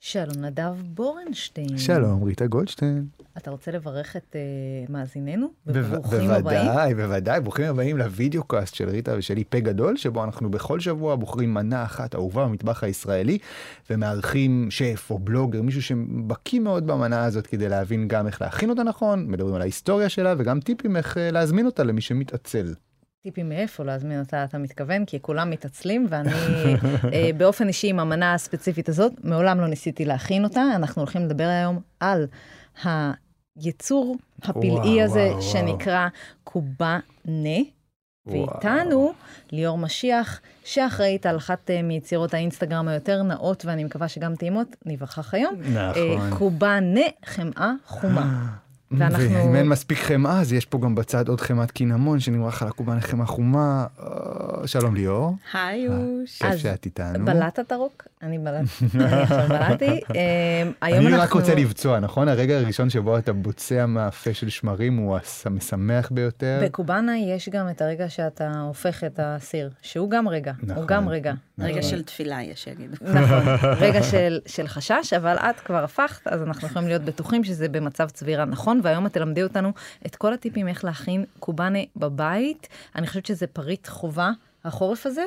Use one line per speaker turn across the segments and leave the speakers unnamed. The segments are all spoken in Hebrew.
שלום נדב בורנשטיין.
שלום, ריטה גולדשטיין.
אתה רוצה לברך את uh, מאזיננו?
בו-
וברוכים הבאים.
בוודאי, בוודאי, ברוכים הבאים לוידאו קאסט של ריטה ושלי פה גדול, שבו אנחנו בכל שבוע בוחרים מנה אחת אהובה במטבח הישראלי, ומארחים שף או בלוגר, מישהו שבקיא מאוד במנה הזאת כדי להבין גם איך להכין אותה נכון, מדברים על ההיסטוריה שלה וגם טיפים איך אה, להזמין אותה למי שמתעצל.
טיפים מאיפה להזמין אותה, אתה מתכוון, כי כולם מתעצלים, ואני אה, באופן אישי עם המנה הספציפית הזאת, מעולם לא ניסיתי להכין אותה. אנחנו הולכים לדבר היום על היצור הפלאי
וואו,
הזה,
וואו,
שנקרא קובאנה.
וואו.
ואיתנו ליאור משיח, שאחראית על אחת אה, מיצירות האינסטגרם היותר נאות, ואני מקווה שגם טעימות, ניווכח היום.
נכון.
אה, קובאנה חמאה
אה,
חומה. ואנחנו-
ואם אין מספיק חמאה, אז יש פה גם בצד עוד חמאת קינמון שנמרח על הקובה לחמאה חומה. אה, שלום ליאור,
היי
אה,
אוש.
כיף
אז
שאת איתנו.
בלעת הרוק? אני בלעתי, אני עכשיו בלעתי. אה, היום
אני
אנחנו...
רק רוצה לבצוע, נכון? הרגע הראשון שבו אתה בוצע מאפה של שמרים הוא הס- המשמח ביותר.
בקובאנה יש גם את הרגע שאתה הופך את הסיר, שהוא גם רגע, הוא
נכון.
גם רגע.
רגע של תפילה יש שיגידו.
נכון, רגע של, של חשש, אבל את כבר הפכת, אז אנחנו יכולים להיות בטוחים שזה במצב צבירה נכון, והיום את תלמדי אותנו את כל הטיפים איך להכין קובאנה בבית. אני חושבת שזה פריט חובה, החורף הזה,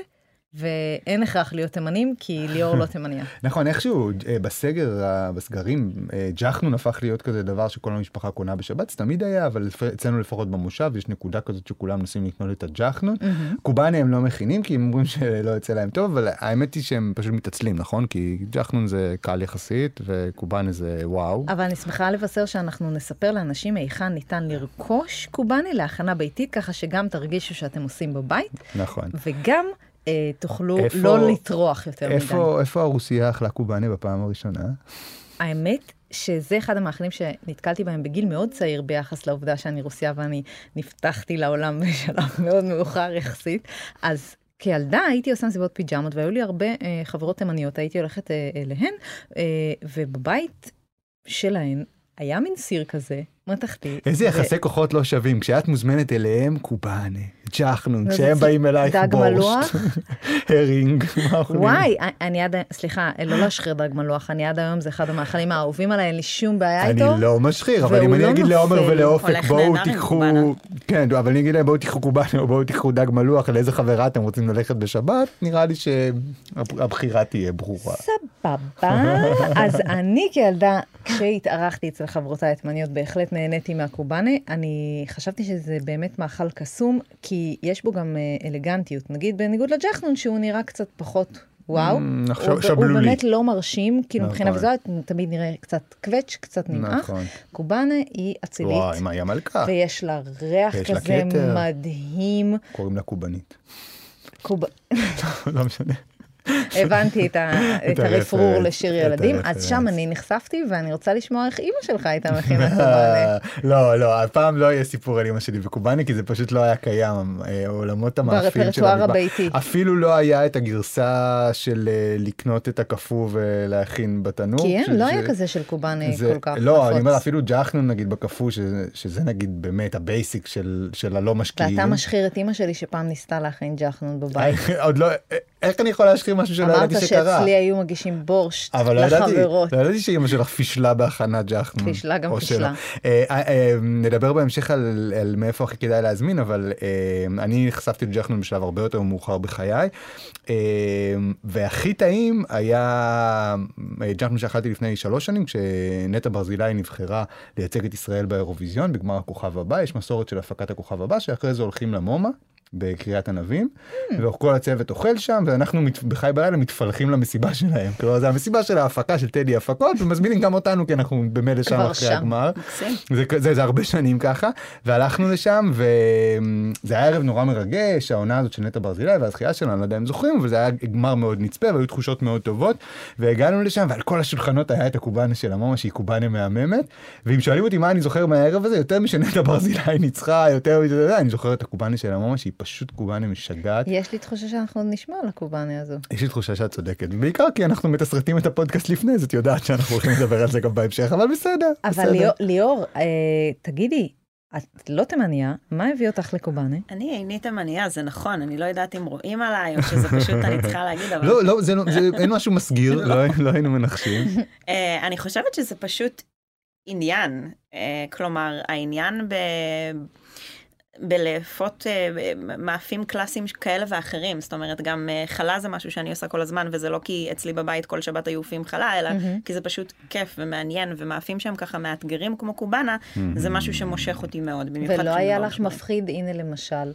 ואין הכרח להיות תימנים, כי ליאור לא תימניה.
נכון, איכשהו אה, בסגר, אה, בסגרים, אה, ג'חנון הפך להיות כזה דבר שכל המשפחה קונה בשבת, זה תמיד היה, אבל לפ- אצלנו לפחות במושב יש נקודה כזאת שכולם נוסעים לקנות את הג'חנון.
Mm-hmm.
קובאנה הם לא מכינים, כי הם אומרים שלא יוצא להם טוב, אבל האמת היא שהם פשוט מתעצלים, נכון? כי ג'חנון זה קל יחסית, וקובאנה זה וואו.
אבל אני שמחה לבשר שאנחנו נספר לאנשים היכן ניתן לרכוש קובאנה להכנה ביתית, ככה שגם תרגישו שאתם עושים בבית,
נכון.
וגם אה, תוכלו
איפה-
לא לטרוח יותר מדי.
איפה איפה הרוסיה אכלה קובאנה בפעם הראשונה?
האמת שזה אחד המאכלים שנתקלתי בהם בגיל מאוד צעיר ביחס לעובדה שאני רוסיה ואני נפתחתי לעולם בשלב מאוד מאוחר יחסית. אז כילדה הייתי עושה מסיבות פיג'מות והיו לי הרבה אה, חברות תימניות, הייתי הולכת אה, אליהן, אה, ובבית שלהן היה מין סיר כזה, מתכתי.
איזה
ו-
יחסי כוחות לא שווים, כשאת מוזמנת אליהם, קובאנה, ג'חנון,
אז
כשהם
זה
באים אלייך
דג
בורשט,
מלוח?
הרינג, מה אוכלים?
וואי, אני עד, סליחה, לא להשחיר דג מלוח, אני עד היום, זה אחד המאכלים האהובים עליי, אין לי שום בעיה
אני
איתו.
לא משחיר, אבל
והוא
אם אני
לא
אגיד
נופל.
לעומר ולאופק,
הולך
בואו
נהדר עם
תיקחו,
קובאנה.
כן, אבל אני אגיד להם בואו תיקחו קובאנה, או בואו תיקחו דג מלוח, לאיזה חברה אתם רוצים ללכת בשבת, נראה לי שהבחירה תהיה ברורה.
סבבה. אז אני כילדה, כשהתארחתי אצל חברותיי התימניות, בהחלט נהניתי מהקובאנה. אני חשבתי שזה באמת מאכל קסום, כי יש בו גם אה, אלגנטיות. נגיד, בניגוד לג'חנון, שהוא נראה קצת פחות וואו.
Mm, עכשיו-
הוא, הוא
שבלולי.
באמת לא מרשים, כאילו מבחינה
נכון.
ויזואלית, הוא תמיד נראה קצת קווץ', קצת נמעך.
נכון.
קובאנה היא אצילית.
וואי, מה היא המלכה?
ויש לה ריח
ויש לה
כזה
כתר.
מדהים.
קוראים לה קובנית.
קוב...
לא משנה.
הבנתי את, ה, את הרפרור
הרפרנס,
לשיר
את
ילדים, אז
הרפרנס.
שם אני נחשפתי, ואני רוצה לשמוע איך אימא שלך הייתה מכינה קובאנה.
לא, לא, הפעם לא יהיה סיפור על אמא שלי וקובאני, כי זה פשוט לא היה קיים, אה, עולמות המאפים של
ברפרטואר
המטבח.
הביתי.
אפילו לא היה את הגרסה של אה, לקנות את הקפוא ולהכין בתנור.
כי
ש-
אין, לא
ש-
היה כזה של קובאנה
זה-
כל כך
לא, אני אומר,
נפוץ.
אפילו ג'חנון נגיד בקפוא, שזה- שזה נגיד באמת הבייסיק של של הלא משקיעים.
ואתה משחיר את אימא שלי שפעם ניסתה להכין ג'חנון בבית.
עוד לא, איך אני יכול להשחיר משהו שלא
אמרת
לא ידעתי שקרה?
שאצלי היו מגישים בורשט
אבל לא ידעתי,
לחברות.
לא ידעתי שאימא שלך פישלה בהכנת ג'חנון.
פישלה גם
או
פישלה.
שלה. אה, אה, אה, נדבר בהמשך על, על מאיפה הכי כדאי להזמין, אבל אה, אני נחשפתי לג'חנון בשלב הרבה יותר מאוחר בחיי, אה, והכי טעים היה אה, ג'חנון שאכלתי לפני שלוש שנים, כשנטע ברזילי נבחרה לייצג את ישראל באירוויזיון בגמר הכוכב הבא, יש מסורת של הפקת הכוכב הבא, שאחרי זה הולכים למומה. בקריית ענבים,
Mm.
וכל הצוות אוכל שם, ואנחנו מת- בחי בלילה מתפלחים למסיבה שלהם. כלומר, זה המסיבה של ההפקה של טדי הפקות, ומזמינים גם אותנו, כי אנחנו במילא שם
כבר
אחרי
שם.
הגמר.
מקסים.
זה, זה, זה הרבה שנים ככה, והלכנו לשם, וזה היה ערב נורא מרגש, העונה הזאת של נטע ברזילי והזכייה שלנו, אני לא יודע אם זוכרים, אבל זה היה גמר מאוד נצפה, והיו תחושות מאוד טובות, והגענו לשם, ועל כל השולחנות היה את הקובאנה של המומה, שהיא קובאנה מהממת, ואם שואלים אותי מה אני זוכר מהערב הזה, יותר משנטע ברזילי ניצחה, יותר מזה, אני זוכר את הקובאנה של המומה, שהיא פשוט קובאנה משגעת.
יש לי תחושה שאנחנו עוד נשמע על הקובאנה הזו.
יש לי תחושה שאת צודקת, בעיקר כי אנחנו מתסרטים את הפודקאסט לפני, אז את יודעת שאנחנו הולכים לדבר על זה גם בהמשך, אבל בסדר,
אבל
בסדר.
ליאור- ליאור, אה, תגידי, את לא תימניה, מה הביא אותך לקובאנה?
אני איני תימניה, זה נכון, אני לא יודעת אם רואים עליי, או שזה פשוט אני צריכה להגיד, אבל
לא, לא, זה לא- זה- אין משהו מסגיר,
לא.
לא הי- לא היינו מנחשים.
אה, אני חושבת שזה פשוט עניין. אה, כלומר, העניין ב... בלאפות אה, ב- מאפים קלאסיים כאלה ואחרים, זאת אומרת, גם אה, חלה זה משהו שאני עושה כל הזמן, וזה לא כי אצלי בבית כל שבת היו עופים חלה, אלא
מהמם.
כי זה פשוט כיף ומעניין, ומאפים שהם ככה מאתגרים כמו קובאנה, זה משהו שמושך אותי מאוד, במיוחד לא
ולא
כשמדובר
היה לך
בשמיים.
מפחיד, הנה למשל,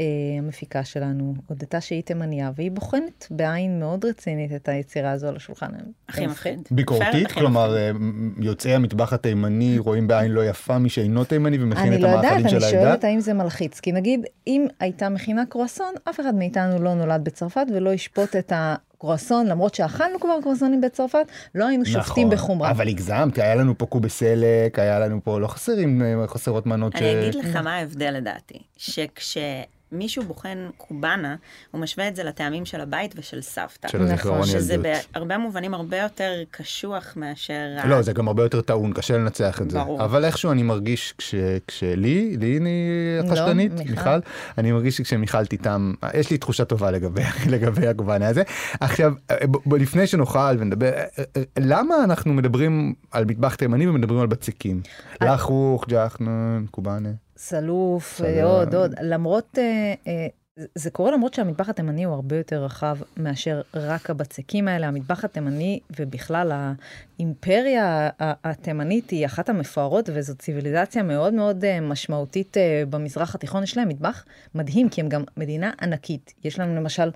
אה, המפיקה שלנו הודתה שהיא תימניה, והיא בוחנת בעין מאוד רצינית את היצירה הזו על השולחן. כן.
הכי מפחיד.
ביקורתית,
fair, הכי
כלומר
מפחיד.
אה, יוצאי המטבח התימני רואים בעין לא יפה מי שאינו תימני ומכין
אני
את
לא יודעת,
המאכלים
אני
של העדה.
שואלת האם זה מלחיץ. כי נגיד, אם הייתה מכינה קרואסון, אף אחד מאיתנו לא נולד בצרפת ולא ישפוט את הקרואסון, למרות שאכלנו כבר קרואסונים בצרפת, לא היינו שופטים
נכון,
בחומרה.
אבל הגזמת, היה לנו פה קובי סלק, היה לנו פה, לא חסרים, אה, חסרות מנות ש...
אני אגיד לך מה ההבדל לדעתי, שכשמישהו בוחן קובאנה, הוא משווה את זה לטעמים של הבית ושל סבתא.
של הזיכרון
נכון,
שזה
ילדות.
בהרבה מובנים הרבה יותר קשוח מאשר...
אה.
ה-
לא, זה גם הרבה יותר טעון, קשה לנצח את זה.
ברור.
אבל איכשהו אני מרגיש כש... כשלי, לי אני החשדנית,
לא, מיכל.
מיכל, אני מרגיש שכשמיכל תטעם, אה, יש לי תחושה טובה לגבי, לגבי הגוונה הזה. עכשיו, אה, ב- ב- לפני שנאכל ונדבר, אה, למה אנחנו מדברים על מטבח תימני ומדברים על בצקים?
אה.
לחוך, ג'חנון, קובאנה.
סלוף,
סלוף.
אה, עוד, עוד. למרות, אה, אה, זה- זה קורה למרות שהמטבח התימני הוא הרבה יותר רחב מאשר רק הבצקים האלה. המטבח התימני, ובכלל האימפריה ה- התימנית היא אחת המפוארות, וזו ציוויליזציה מאוד מאוד אה, משמעותית אה, במזרח התיכון. יש להם מטבח מדהים, כי הם גם מדינה ענקית. יש לנו למשל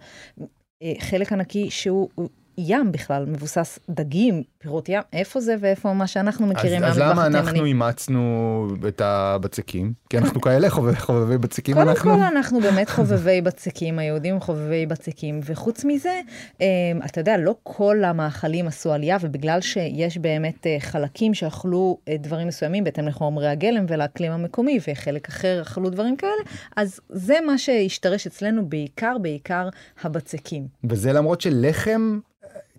אה, חלק ענקי שהוא... הוא ים בכלל, מבוסס דגים, פירות ים, איפה זה ואיפה מה שאנחנו מכירים
אז, אז
מהמטבח
למה
התימני.
אנחנו אימצנו את הבצקים? כי אנחנו כאלה חובבי, חובבי בצקים
קודם
אנחנו?
כל אנחנו באמת חובבי בצקים, היהודים הם חובבי בצקים, וחוץ מזה, אמ, אתה יודע, לא כל המאכלים עשו עלייה, ובגלל שיש באמת אה, חלקים שאכלו אה, דברים מסוימים בהתאם לחומרי הגלם ולאקלים המקומי, וחלק אחר אכלו דברים כאלה, אז זה מה שהשתרש אצלנו בעיקר, בעיקר הבצקים.
וזה למרות שלחם,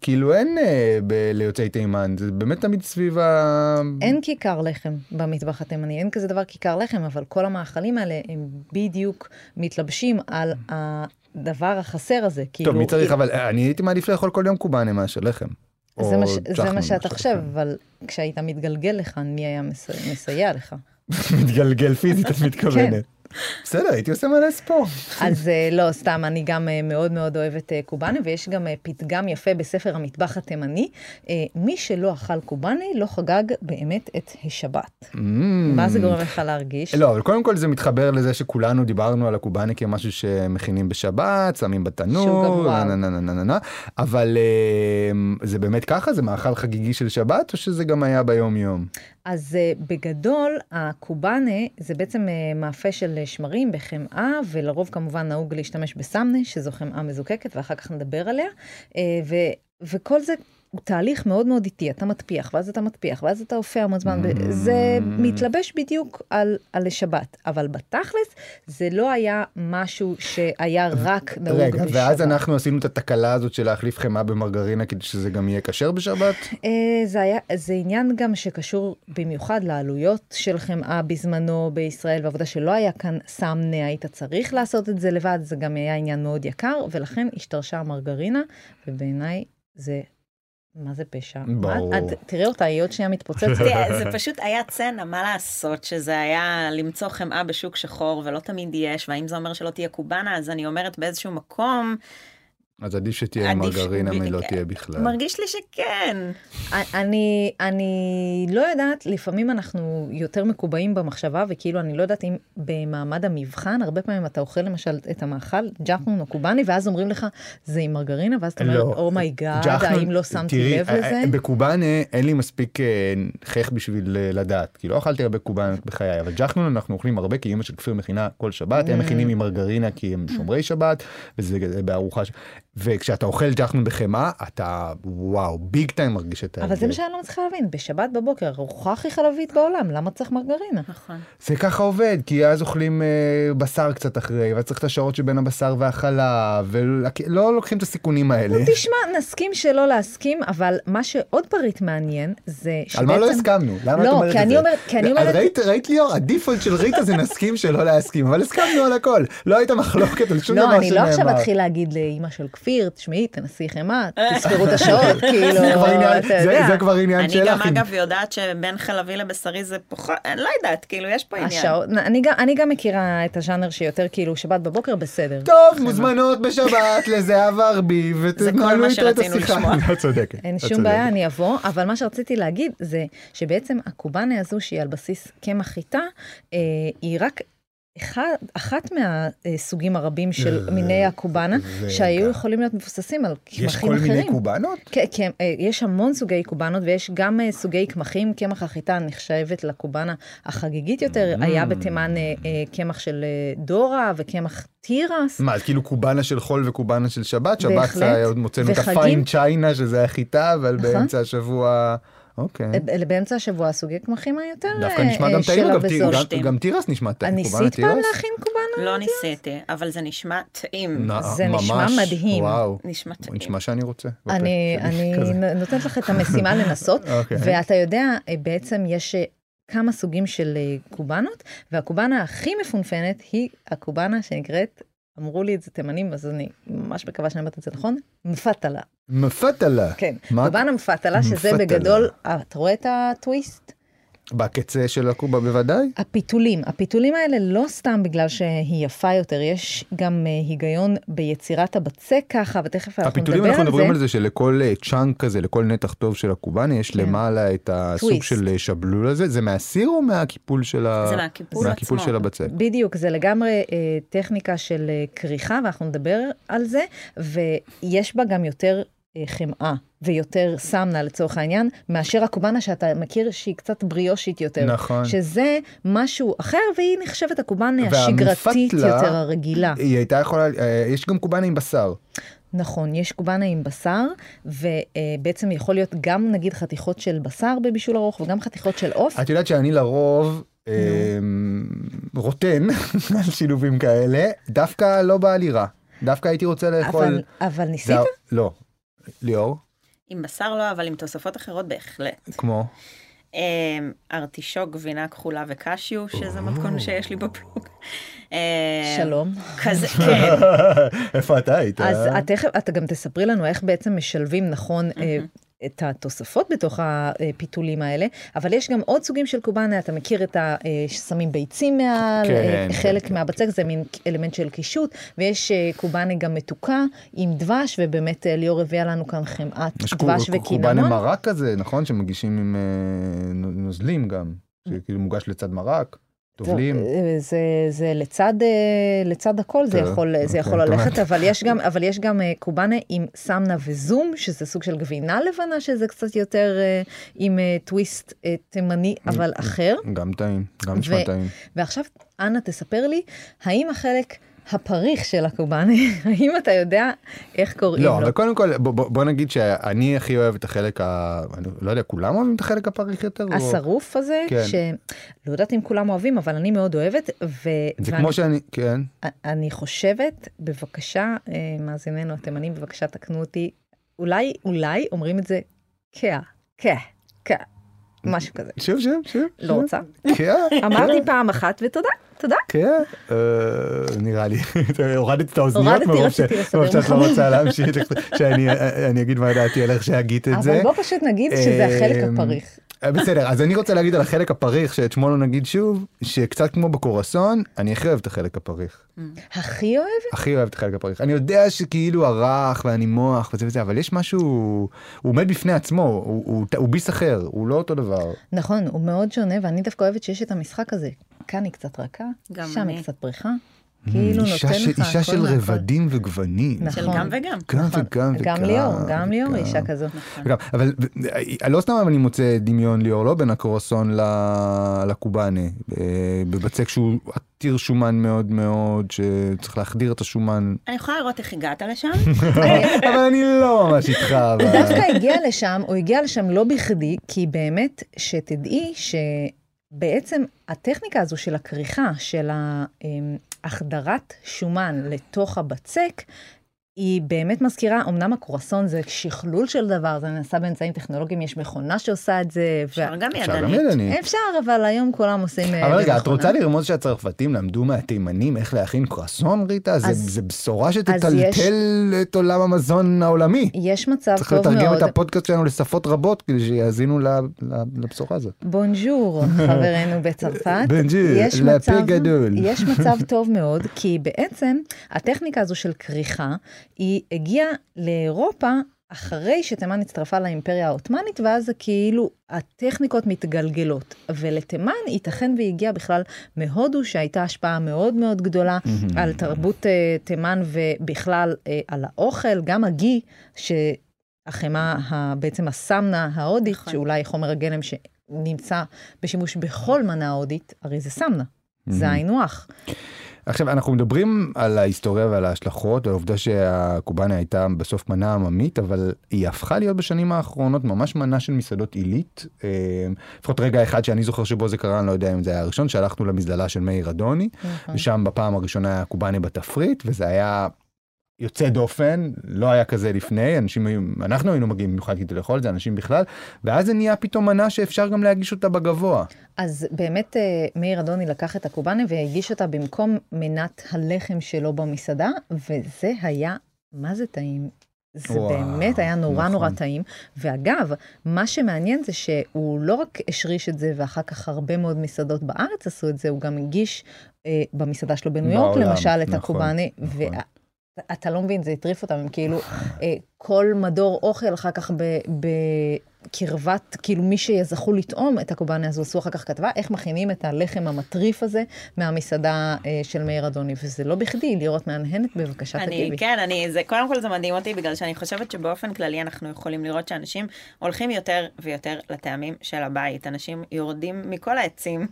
כאילו אין אה, ב- ליוצאי תימן, זה באמת תמיד סביב ה...
אין כיכר לחם במטבח התימני, אין כזה דבר כיכר לחם, אבל כל המאכלים האלה הם בדיוק מתלבשים על הדבר החסר הזה.
טוב,
כאילו,
מי צריך, אבל אה, אני הייתי מעדיף לאכול כל יום קובאנה מאשר לחם.
זה
או
מה, ש... זה
צ'חנון,
מה שאתה חושב,
כן.
אבל כשהיית מתגלגל לכאן, מי היה מס... מסייע לך?
מתגלגל פיזית,
כן.
את מתכוונת. בסדר, הייתי עושה מלא ספורט.
אז אה, לא, סתם, אני גם אה, מאוד מאוד אוהבת אה, קובאנה, ויש גם אה, פתגם יפה בספר המטבח התימני, אה, מי שלא אכל קובאנה לא חגג באמת את השבת. מה זה גורם לך להרגיש?
Mm. לא, אבל קודם כל זה מתחבר לזה שכולנו דיברנו על הקובאנה כמשהו שמכינים בשבת, שמים
שהוא גם
בתנור,
וואו.
נה, נה, נה, נה, נה, נה. אבל אה, זה באמת ככה? זה מאכל חגיגי של שבת, או שזה גם היה ביום-יום?
אז אה, בגדול, הקובאנה זה בעצם אה, מאפה של אה, שמרים בחמאה, ולרוב כמובן נהוג להשתמש בסמנה, שזו חמאה מזוקקת, ואחר כך נדבר עליה. אה, ו, וכל זה הוא תהליך מאוד מאוד איטי, אתה מטפיח, ואז אתה מטפיח, ואז אתה אופע המון זמן,
Mm.
זה מתלבש בדיוק על, על שבת. אבל בתכלס, זה לא היה משהו שהיה רק נהוג
רגע,
בשבת.
ואז אנחנו עשינו את התקלה הזאת של להחליף חמאה במרגרינה כדי שזה גם יהיה כשר בשבת?
אה, זה, היה, זה עניין גם שקשור במיוחד לעלויות של חמאה בזמנו בישראל, ועבודה שלא היה כאן סמנה, היית צריך לעשות את זה לבד, זה גם היה עניין מאוד יקר, ולכן השתרשה המרגרינה, ובעיניי זה, מה זה פשע?
ברור.
מה, את, תראה אותה, היא עוד שנייה מתפוצצת.
זה, זה פשוט היה צנע, מה לעשות שזה היה למצוא חמאה בשוק שחור ולא תמיד יש, והאם זה אומר שלא תהיה קובאנה, אז אני אומרת באיזשהו מקום,
אז עדיף שתהיה
עדיף-
מרגרינה
ב-
מלא
כן.
תהיה בכלל.
מרגיש לי שכן.
אני, אני לא יודעת, לפעמים אנחנו יותר מקובעים במחשבה, וכאילו אני לא יודעת אם במעמד המבחן, הרבה פעמים אתה אוכל למשל את המאכל, ג'חנון או קובאני, ואז אומרים לך, זה עם מרגרינה, ואז אתה אומר,
לא.
אומייגאד,
ג'חנון,
oh האם לא שמתי
תראי,
לב
אה,
לזה?
אה, בקובאנה אין לי מספיק אה, חייך בשביל אה, לדעת, כי לא אכלתי הרבה קובאנות בחיי, אבל ג'חנון אנחנו אוכלים הרבה, כי
Mm.
אימא של כפיר מכינה כל שבת, הם מכינים עם מרגרינה כי הם שומרי שבת, וזה כזה בארוחה. ש- וכשאתה אוכל ג'חנון בחמאה, אתה וואו, ביג טיים מרגיש את
אבל זה מה שאני לא מצליחה להבין, בשבת בבוקר, ארוחה הכי חלבית בעולם, למה צריך מרגרינה?
נכון.
זה ככה עובד, כי אז אוכלים אה, בשר קצת אחרי, ואז צריך את השעות שבין הבשר והחלב, ולא לוקחים את הסיכונים האלה.
תשמע, נסכים שלא להסכים, אבל מה שעוד פריט מעניין זה שבעצם...
על מה לא הסכמנו? למה את
לא,
אומרת
כי
את
אני
זה?
אומרת- כי אני
אז
אומרת-
ראית, ראית ליאור, הדיפולט של ריטה זה נסכים שלא להסכים, אבל הסכמנו על הכל. לא הייתה מחלוקת על שום דבר
לא,
שנאמר.
אני לא עכשיו אתחיל להגיד לאימא של כפיר, תשמעי, תנסי חמאה, תספרו את השעות, כאילו,
אה. זה כבר עניין-
אתה
זה-
יודע.
זה כבר עניין
אני גם
שלך. אם-
אגב יודעת שבין חלבי לבשרי זה פחות, אני לא יודעת, כאילו יש פה עניין.
השעות, אני גם- אני גם מכירה את הז'אנר שיותר כאילו שבת בבוקר בסדר.
טוב, מוזמנות בשבת לזהבה ארביב,
כל
ותנהלו
מה
איתו את
שרצינו
השיחה.
לשמוע.
את צודקת.
אין
את
שום
צודקת.
בעיה, אני אבוא, אבל מה שרציתי להגיד זה שבעצם הקובאנה הזו, שהיא על בסיס קמח חיטה, אה, היא רק אחד, אחת מהסוגים הרבים של
רגע,
מיני הקובאנה,
רגע.
שהיו יכולים להיות מבוססים על קמחים
יש
אחרים.
כל מיני קובנות?
כן, כן, אה, יש המון סוגי קובנות ויש גם אה, סוגי קמחים, קמח החיטה נחשבת לקובנה החגיגית יותר,
Mm.
היה בתימן אה, אה, קמח של אה, דורה וקמח תירס.
מה, אז כאילו קובאנה של חול וקובאנה של שבת? שבת
בהחלט.
זה היה עוד מוצאנו את
וחגים.
הפיין צ'יינה, שזה החיטה, אבל
נכון.
באמצע השבוע... אוקיי.
אה, באמצע השבוע הסוגי קמחים היותר
דווקא
אה,
נשמע
אה,
גם טעים,
שלו
אגב, תיר-
וזול.
גם-
שתים.
גם תירס נשמע טעים. קובאנה
ניסית פעם
תירס?
להכין קובנה?
לא ניסיתי, אבל זה נשמע טעים.
נא-
זה נשמע
ממש,
מדהים.
וואו.
נשמע טעים.
נשמע שאני רוצה. בפה
אני,
שלי,
אני
אוקיי. כזה.
נ- נותנת לך את המשימה לנסות,
אוקיי.
ואתה יודע, אה, בעצם יש אה, כמה סוגים של אה, קובנות, והקובנה הכי מפונפנת היא הקובנה שנקראת, אמרו לי את זה תימנים, אז אני ממש מקווה שאני אומרת את זה נכון, מפתלה,
מפתלה.
כן.
מה-
קובנה מפתלה, שזה
מפתלה.
בגדול, אה, אתה רואה את הטוויסט?
בקצה של הקובה בוודאי.
הפיתולים, הפיתולים האלה לא סתם בגלל שהיא יפה יותר, יש גם אה, היגיון ביצירת הבצק ככה, ותכף אנחנו נדבר על
הפיתולים
זה.
אנחנו מדברים על זה שלכל אה, צ'אנק כזה, לכל נתח טוב של הקובאנה, יש למעלה את הסוג
כן. טוויסט.
של אה, שבלול הזה, זה מהסיר או מהקיפול של ה...
זה מהקיפול
מהקיפול
עצמו.
של הבצק.
בדיוק, זה לגמרי אה, טכניקה של אה, כריכה, ואנחנו נדבר על זה, ויש בה גם יותר אה, חמאה ויותר סמנה לצורך העניין, מאשר הקובאנה שאתה מכיר שהיא קצת בריאושית יותר.
נכון.
שזה משהו אחר, והיא נחשבת הקובאנה
והמפתלה-
השגרתית יותר, הרגילה.
היא הייתה יכולה, אה, יש גם קובאנה עם בשר.
נכון, יש קובאנה עם בשר, ובעצם יכול להיות גם נגיד חתיכות של בשר בבישול ארוך, וגם חתיכות של עוף.
את יודעת שאני לרוב אה, רוטן על שילובים כאלה, דווקא לא בא לי רע. דווקא הייתי רוצה
אבל,
לאכול...
אבל ניסית?
זה- לא. ליאור?
עם בשר לא, אבל עם תוספות אחרות בהחלט.
כמו?
אמ, ארטישוק, גבינה כחולה וקשיו, שזה מתכון שיש לי בפלוג. אמ,
שלום.
כזה, כן.
איפה אתה היית? אה?
אז את תכף, את גם תספרי לנו איך בעצם משלבים נכון אה, את התוספות בתוך הפיתולים האלה, אבל יש גם עוד סוגים של קובאנה, אתה מכיר את ה... אה, ששמים ביצים מעל,
כן,
אה,
כן,
חלק
כן,
מהבצק זה מין אלמנט של קישוט, ויש אה, קובאנה גם מתוקה עם דבש, ובאמת אה, ליאור הביאה לנו כאן חמאת
יש
דבש
קו- קובאנה
וקינמון.
מרק כזה, נכון? שמגישים עם אה, נו- נוזלים גם. שכאילו מוגש לצד מרק, טובלים.
טוב, אה, זה, זה לצד, אה, לצד הכל, זה
טוב,
יכול, זה
אוקיי,
יכול
את
ללכת,
אומרת.
אבל יש גם, אבל יש גם אה, קובאנה עם סמנה וזום, שזה סוג של גבינה לבנה, שזה קצת יותר אה, עם אה, טוויסט אה, תימני,
אוקיי.
אבל אחר.
גם טעים, גם נשמע
ו-
טעים.
ועכשיו, אנה, תספר לי, האם החלק הפריך של הקובאנה, האם אתה יודע איך קוראים
לא,
לו?
אבל קודם כל, בוא- בוא בוא נגיד שאני הכי אוהב את החלק ה... אני לא יודע, כולם אוהבים את החלק הפריך יותר? או-
השרוף הזה,
כן.
שלא יודעת אם כולם אוהבים, אבל אני מאוד אוהבת, ו...
זה
ואני
כמו שאני, כן.
אני חושבת, בבקשה, אה, מאזיננו התימנים, בבקשה תקנו אותי, אולי, אולי אומרים את זה קה, קה, קה, משהו כזה.
שוב, שוב, שוב.
לא רוצה.
כן,
אמרתי פעם אחת, ותודה, תודה.
כן, אה, נראה לי. הורדת את האוזניות
הורדתי,
מרוב ש-
רציתי לסדר
מרוב שאת
לך.
לא רוצה להמשיך, שאני אני אגיד מה דעתי על איך שהגית את זה.
אבל בוא פשוט נגיד שזה החלק
אמ,
הפריך.
אה, בסדר, אז אני רוצה להגיד על החלק הפריך, שאת שמו לא נגיד שוב, שקצת כמו בקורסון, אני הכי אוהב את החלק הפריך.
הכי אוהב?
הכי אוהב את החלק הפריך. אני יודע שכאילו הרך והנימוח וזה וזה, אבל יש משהו, הוא עומד בפני עצמו, הוא- הוא הוא ביס אחר, הוא לא אותו דבר.
נכון, הוא מאוד שונה, ואני דווקא אוהבת שיש את המשחק הזה. כאן היא קצת רכה,
גם
שם
אני.
היא קצת פריחה, כאילו נותן לך...
אישה של- אישה
הכל
של
מהכל.
רבדים וגוונים.
נכון.
של גם וגם.
גם
נכון.
וגם וגם.
גם ליאור, גם ליאור
וגם.
היא אישה כזו.
נכון.
וגם, אבל אה, לא סתם אני מוצא דמיון ליאור לא בין הקרואסון ל- לקובאנה, אה, בבצק שהוא עתיר שומן מאוד מאוד, שצריך להחדיר את השומן.
אני יכולה לראות איך הגעת לשם?
אבל אני לא ממש איתך, אבל...
הוא אה, דווקא הגיע לשם, הוא הגיע לשם לא בכדי, כי באמת, שתדעי שבעצם הטכניקה הזו של הכריכה, של אמ, החדרת שומן לתוך הבצק, היא באמת מזכירה, אמנם הקרואסון זה שכלול של דבר, זה נעשה באמצעים טכנולוגיים, יש מכונה שעושה את זה, ו...
אפשר גם
אפשר גם
ידנית.
ידנית.
אפשר, אבל היום כולם עושים... אה,
אבל רגע, את
במכונה.
רוצה לרמוז שהצרפתים למדו מהתימנים איך להכין קרואסון, ריטה? זה-
אז-
זה בשורה שתטלטל את עולם המזון העולמי.
יש מצב
צריך
טוב
לתרגם את
מאוד.
הפודקאסט שלנו לשפות רבות כדי שיאזינו ל- ל- לבשורה הזאת.
בונג'ור, חברנו בצרפת.
בונג'ור,
יש
לפה
מצב-
גדול.
יש מצב טוב מאוד, כי בעצם הטכניקה הזו של כריכה, היא הגיעה לאירופה אחרי שתימן הצטרפה לאימפריה העות'מאנית, ואז זה כאילו הטכניקות מתגלגלות. ולתימן ייתכן והיא הגיעה בכלל מהודו, שהייתה השפעה מאוד מאוד גדולה
Mm.
על תרבות אה, תימן ובכלל אה, על האוכל, גם הגי, שהחמאה, ה- בעצם הסמנה ההודית,
נכון.
שאולי חומר הגלם שנמצא בשימוש בכל מנה ההודית, הרי זה סמנה, זה
Mm-hmm.
היינו הך.
עכשיו אנחנו מדברים על ההיסטוריה ועל ההשלכות והעובדה שהקובאנה הייתה בסוף מנה עממית אבל היא הפכה להיות בשנים האחרונות ממש מנה של מסעדות עילית. אה, לפחות רגע אחד שאני זוכר שבו זה קרה אני לא יודע אם זה היה הראשון שהלכנו למזללה של מאיר אדוני
נכון.
ושם בפעם הראשונה היה קובאנה בתפריט וזה היה. יוצא דופן, לא היה כזה לפני, אנשים היו, אנחנו היינו מגיעים במיוחד כדי לאכול את זה, אנשים בכלל, ואז זה נהיה פתאום מנה שאפשר גם להגיש אותה בגבוה.
אז באמת אה, מאיר אדוני לקח את הקובאנה והגיש אותה במקום מנת הלחם שלו במסעדה, וזה היה, מה זה טעים. זה
וואו,
וואו, באמת היה נורא
נכון.
נכון. נורא טעים. ואגב, מה שמעניין זה שהוא לא רק השריש את זה, ואחר כך הרבה מאוד מסעדות בארץ עשו את זה, הוא גם הגיש אה, במסעדה שלו בניו יורק,
בעולם,
למשל, את
נכון,
הקובאנה.
נכון.
וה- אתה לא מבין, זה הטריף אותם, הם כאילו, אה, כל מדור אוכל אחר כך ב... בקרבת, כאילו מי שזכו לטעום את הקובאנה הזו, עשו אחר כך כתבה, איך מכינים את הלחם המטריף הזה מהמסעדה אה, של מאיר אדוני. וזה לא בכדי, ליאור, את מהנהנת, בבקשה
אני,
תגיבי.
כן, אני, זה, קודם כל זה מדהים אותי, בגלל שאני חושבת שבאופן כללי אנחנו יכולים לראות שאנשים הולכים יותר ויותר לטעמים של הבית. אנשים יורדים מכל העצים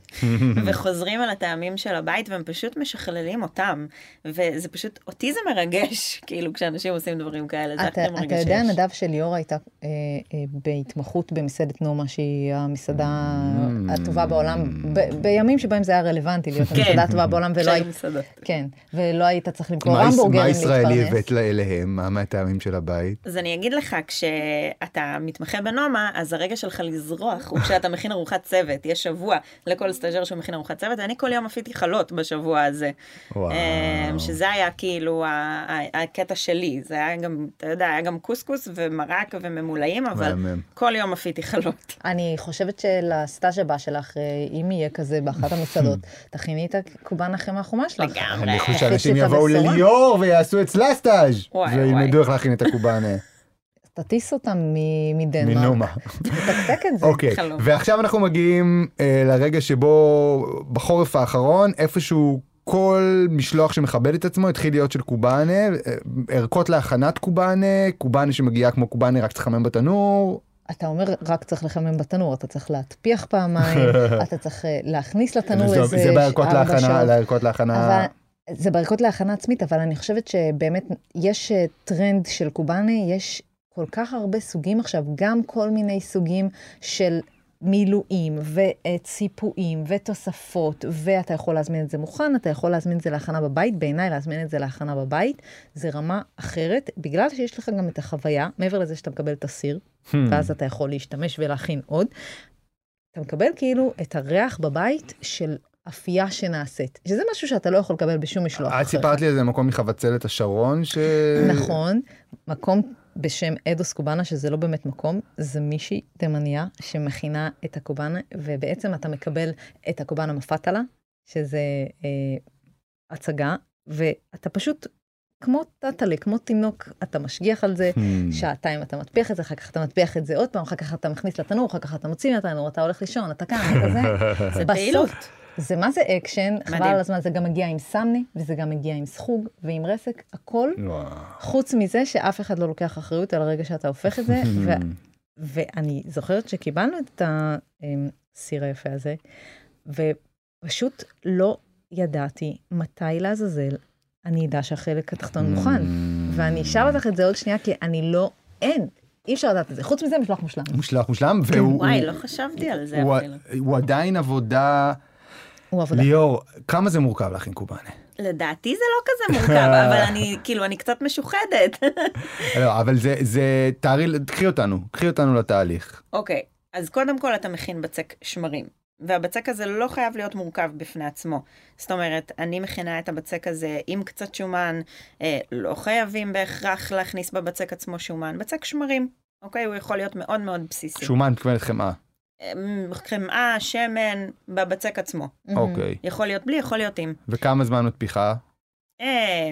וחוזרים על הטעמים של הבית, והם פשוט משכללים אותם. וזה פשוט, אותי זה מרגש, כאילו, כשאנשים עושים דברים כאלה, זה הכי
אתה,
מרגש
אתה יודע,
שיש.
נדב שליאור הייתה אה, אה, בהתמחות במסעדת נומה, שהיא המסעדה
Mm.
הטובה בעולם, ב- בימים שבהם זה היה רלוונטי
כן.
להיות המסעדה הטובה בעולם, ולא,
שהיו
היית-
מסעדות.
כן, ולא היית צריך למכור
מה יש-
המבורגרים
מה
להתפרנס.
ישראלי הבאת לה- אליהם? מה מהטעמים של הבית?
אז אני אגיד לך, כשאתה מתמחה בנומה, אז הרגע שלך לזרוח הוא כשאתה מכין ארוחת צוות. יש שבוע לכל סטאג'ר שמכין ארוחת צוות, ואני כל יום עפיתי חלות בשבוע הזה.
וואו.
אמ, שזה היה כאילו ה- ה- הקטע שלי. זה היה גם, אתה יודע, היה גם קוסקוס ומרק וממולאים, אבל
מהמם.
כל יום עפיתי חלות.
אני חושבת שלסטאז' הבא שלך, אה, אם יהיה כזה באחת המסעדות, תכיני את הקובאנה חמאה חומה שלך.
לגמרי.
אני חושב שאנשים
את
יבואו
הבשורה.
לליאור ויעשו אצלה סטאז'
וואי,
וילמדו
וואי.
איך להכין את הקובאנה
תטיס אותם מ- מדנמרק,
מנומה.
תקתק את זה.
אוקיי,
חלום.
ועכשיו אנחנו מגיעים אה, לרגע שבו בחורף האחרון איפשהו כל משלוח שמכבד את עצמו התחיל להיות של קובאנה, אה, ערכות להכנת קובאנה, קובאנה שמגיעה כמו קובאנה רק צריך לחמם בתנור,
אתה אומר, רק צריך לחמם בתנור, אתה צריך להטפיח פעמיים, אתה צריך אה, להכניס לתנור
זה-
איזה
זה בערכות
ארבע
להכנה,
שעות.
לערכות להכנה.
אבל זה בערכות להכנה עצמית, אבל אני חושבת שבאמת יש אה, טרנד של קובאנה, יש כל כך הרבה סוגים עכשיו, גם כל מיני סוגים של מילואים וציפויים ותוספות, ואתה יכול להזמין את זה מוכן, אתה יכול להזמין את זה להכנה בבית, בעיניי להזמין את זה להכנה בבית זה רמה אחרת, בגלל שיש לך גם את החוויה, מעבר לזה שאתה מקבל את הסיר,
Hmm. Mm.
ואז אתה יכול להשתמש ולהכין עוד. אתה מקבל כאילו את הריח בבית של אפייה שנעשית, שזה משהו שאתה לא יכול לקבל בשום משלוח.
את
אחר.
סיפרת לי על איזה מקום מחבצלת השרון ש...
נכון, מקום בשם אדוס קובאנה, שזה לא באמת מקום, זה מישהי תימניה שמכינה את הקובאנה, ובעצם אתה מקבל את הקובאנה מפתלה, שזה אה, הצגה, ואתה פשוט, כמו טאטלה, כמו תינוק, אתה משגיח על זה,
Hmm. Mm.
שעתיים אתה מטפיח את זה, אחר כך אתה מטפיח את זה עוד פעם, אחר כך אתה מכניס לתנור, אחר כך אתה מוציא מהתנור, אתה הולך לישון, אתה קם, אתה זה.
זה
בסוף.
פעילות.
זה מה זה אקשן, חבל
מדהים.
על הזמן, זה גם מגיע עם סמני, וזה גם מגיע עם סחוג, ועם רסק, הכל.
וואו.
חוץ מזה שאף אחד לא לוקח אחריות על הרגע שאתה הופך את זה, ו... ואני זוכרת שקיבלנו את הסיר היפה הזה, ופשוט לא ידעתי מתי לעזאזל אני אדע שהחלק התחתון מוכן. ואני אשאל אותך את זה עוד שנייה, כי אני לא, אין, אי אפשר לדעת את זה. חוץ מזה, משלוח מושלם.
מושלם, מושלם, והוא...
וואי,
הוא-
לא חשבתי על זה
הוא-
אפילו.
הוא עדיין עבודה...
הוא עבודה.
ליאור, כמה זה מורכב להכין קובאנה?
לדעתי זה לא כזה מורכב, אבל אני, כאילו, אני קצת משוחדת.
לא, אבל זה, זה, תארי, קחי אותנו, קחי אותנו לתהליך.
אוקיי, אז קודם כל אתה מכין בצק שמרים, והבצק הזה לא חייב להיות מורכב בפני עצמו. זאת אומרת, אני מכינה את הבצק הזה עם קצת שומן, אה, לא חייבים בהכרח להכניס בבצק עצמו שומן, בצק שמרים, אוקיי? הוא יכול להיות מאוד מאוד בסיסי.
שומן, מתכוונת חמאה.
אה, חמאה, שמן, בבצק עצמו.
אוקיי.
יכול להיות בלי, יכול להיות עם.
וכמה זמן עוד פיחה?
אה,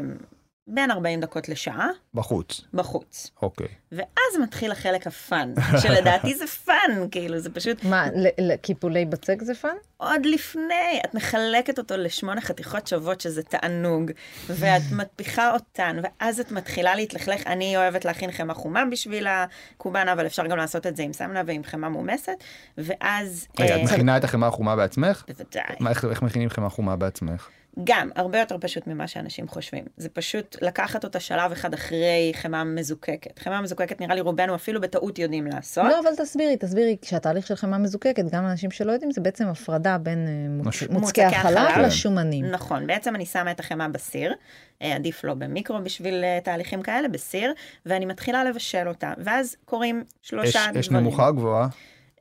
בין 40 דקות לשעה,
בחוץ.
בחוץ.
אוקיי.
ואז מתחיל החלק הפאן, שלדעתי זה פאן, כאילו, זה פשוט
מה, ל- ל- קיפולי בצק זה פאן?
עוד לפני, את מחלקת אותו לשמונה חתיכות שוות, שזה תענוג, ואת מטפיחה אותן, ואז את מתחילה להתלכלך. אני אוהבת להכין חמאה חומה בשביל הקובאנה, אבל אפשר גם לעשות את זה עם סמנה ועם חמאה מומסת, ואז...
רגע,
אה,
את מכינה את החמאה החומה בעצמך?
בוודאי.
מה, איך- איך מכינים חמאה חומה בעצמך?
גם, הרבה יותר פשוט ממה שאנשים חושבים. זה פשוט לקחת אותה שלב אחד אחרי חמאה מזוקקת. חמאה מזוקקת, נראה לי רובנו אפילו בטעות יודעים לעשות.
לא, אבל תסבירי, תסבירי, כשהתהליך של חמאה מזוקקת, גם לאנשים שלא יודעים, זה בעצם הפרדה בין אה, מוצ-
מש-
מוצקי
החלב.
החלב לשומנים.
נכון, בעצם אני שמה את החמאה בסיר, אה, עדיף לא במיקרו בשביל אה, תהליכים כאלה, בסיר, ואני מתחילה לבשל אותה, ואז קורים
יש,
שלושה
יש
דברים.
נמוכה או גבוהה?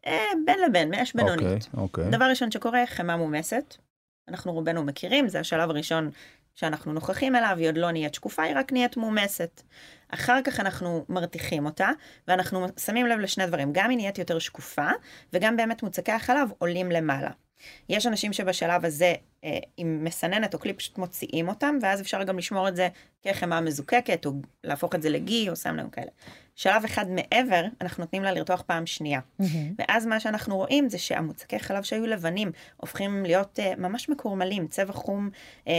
אה, בין לבין, מאש
אוקיי,
בינונית.
אוקיי.
דבר ראשון שקורה, חמאה מומסת. אנחנו רובנו מכירים, זה השלב הראשון שאנחנו נוכחים אליו, היא עוד לא נהיית שקופה, היא רק נהיית מומסת. אחר כך אנחנו מרתיחים אותה, ואנחנו שמים לב לשני דברים, גם היא נהיית יותר שקופה, וגם באמת מוצקי החלב עולים למעלה. יש אנשים שבשלב הזה, אה, עם מסננת או כלי, פשוט מוציאים אותם, ואז אפשר גם לשמור את זה כחמאה מזוקקת, או להפוך את זה לגי, או סמנה וכאלה. שלב אחד מעבר, אנחנו נותנים לה לרתוח פעם שנייה.
מהמם.
ואז מה שאנחנו רואים זה שהמוצקי חלב שהיו לבנים הופכים להיות uh, ממש מקורמלים, צבע חום אה,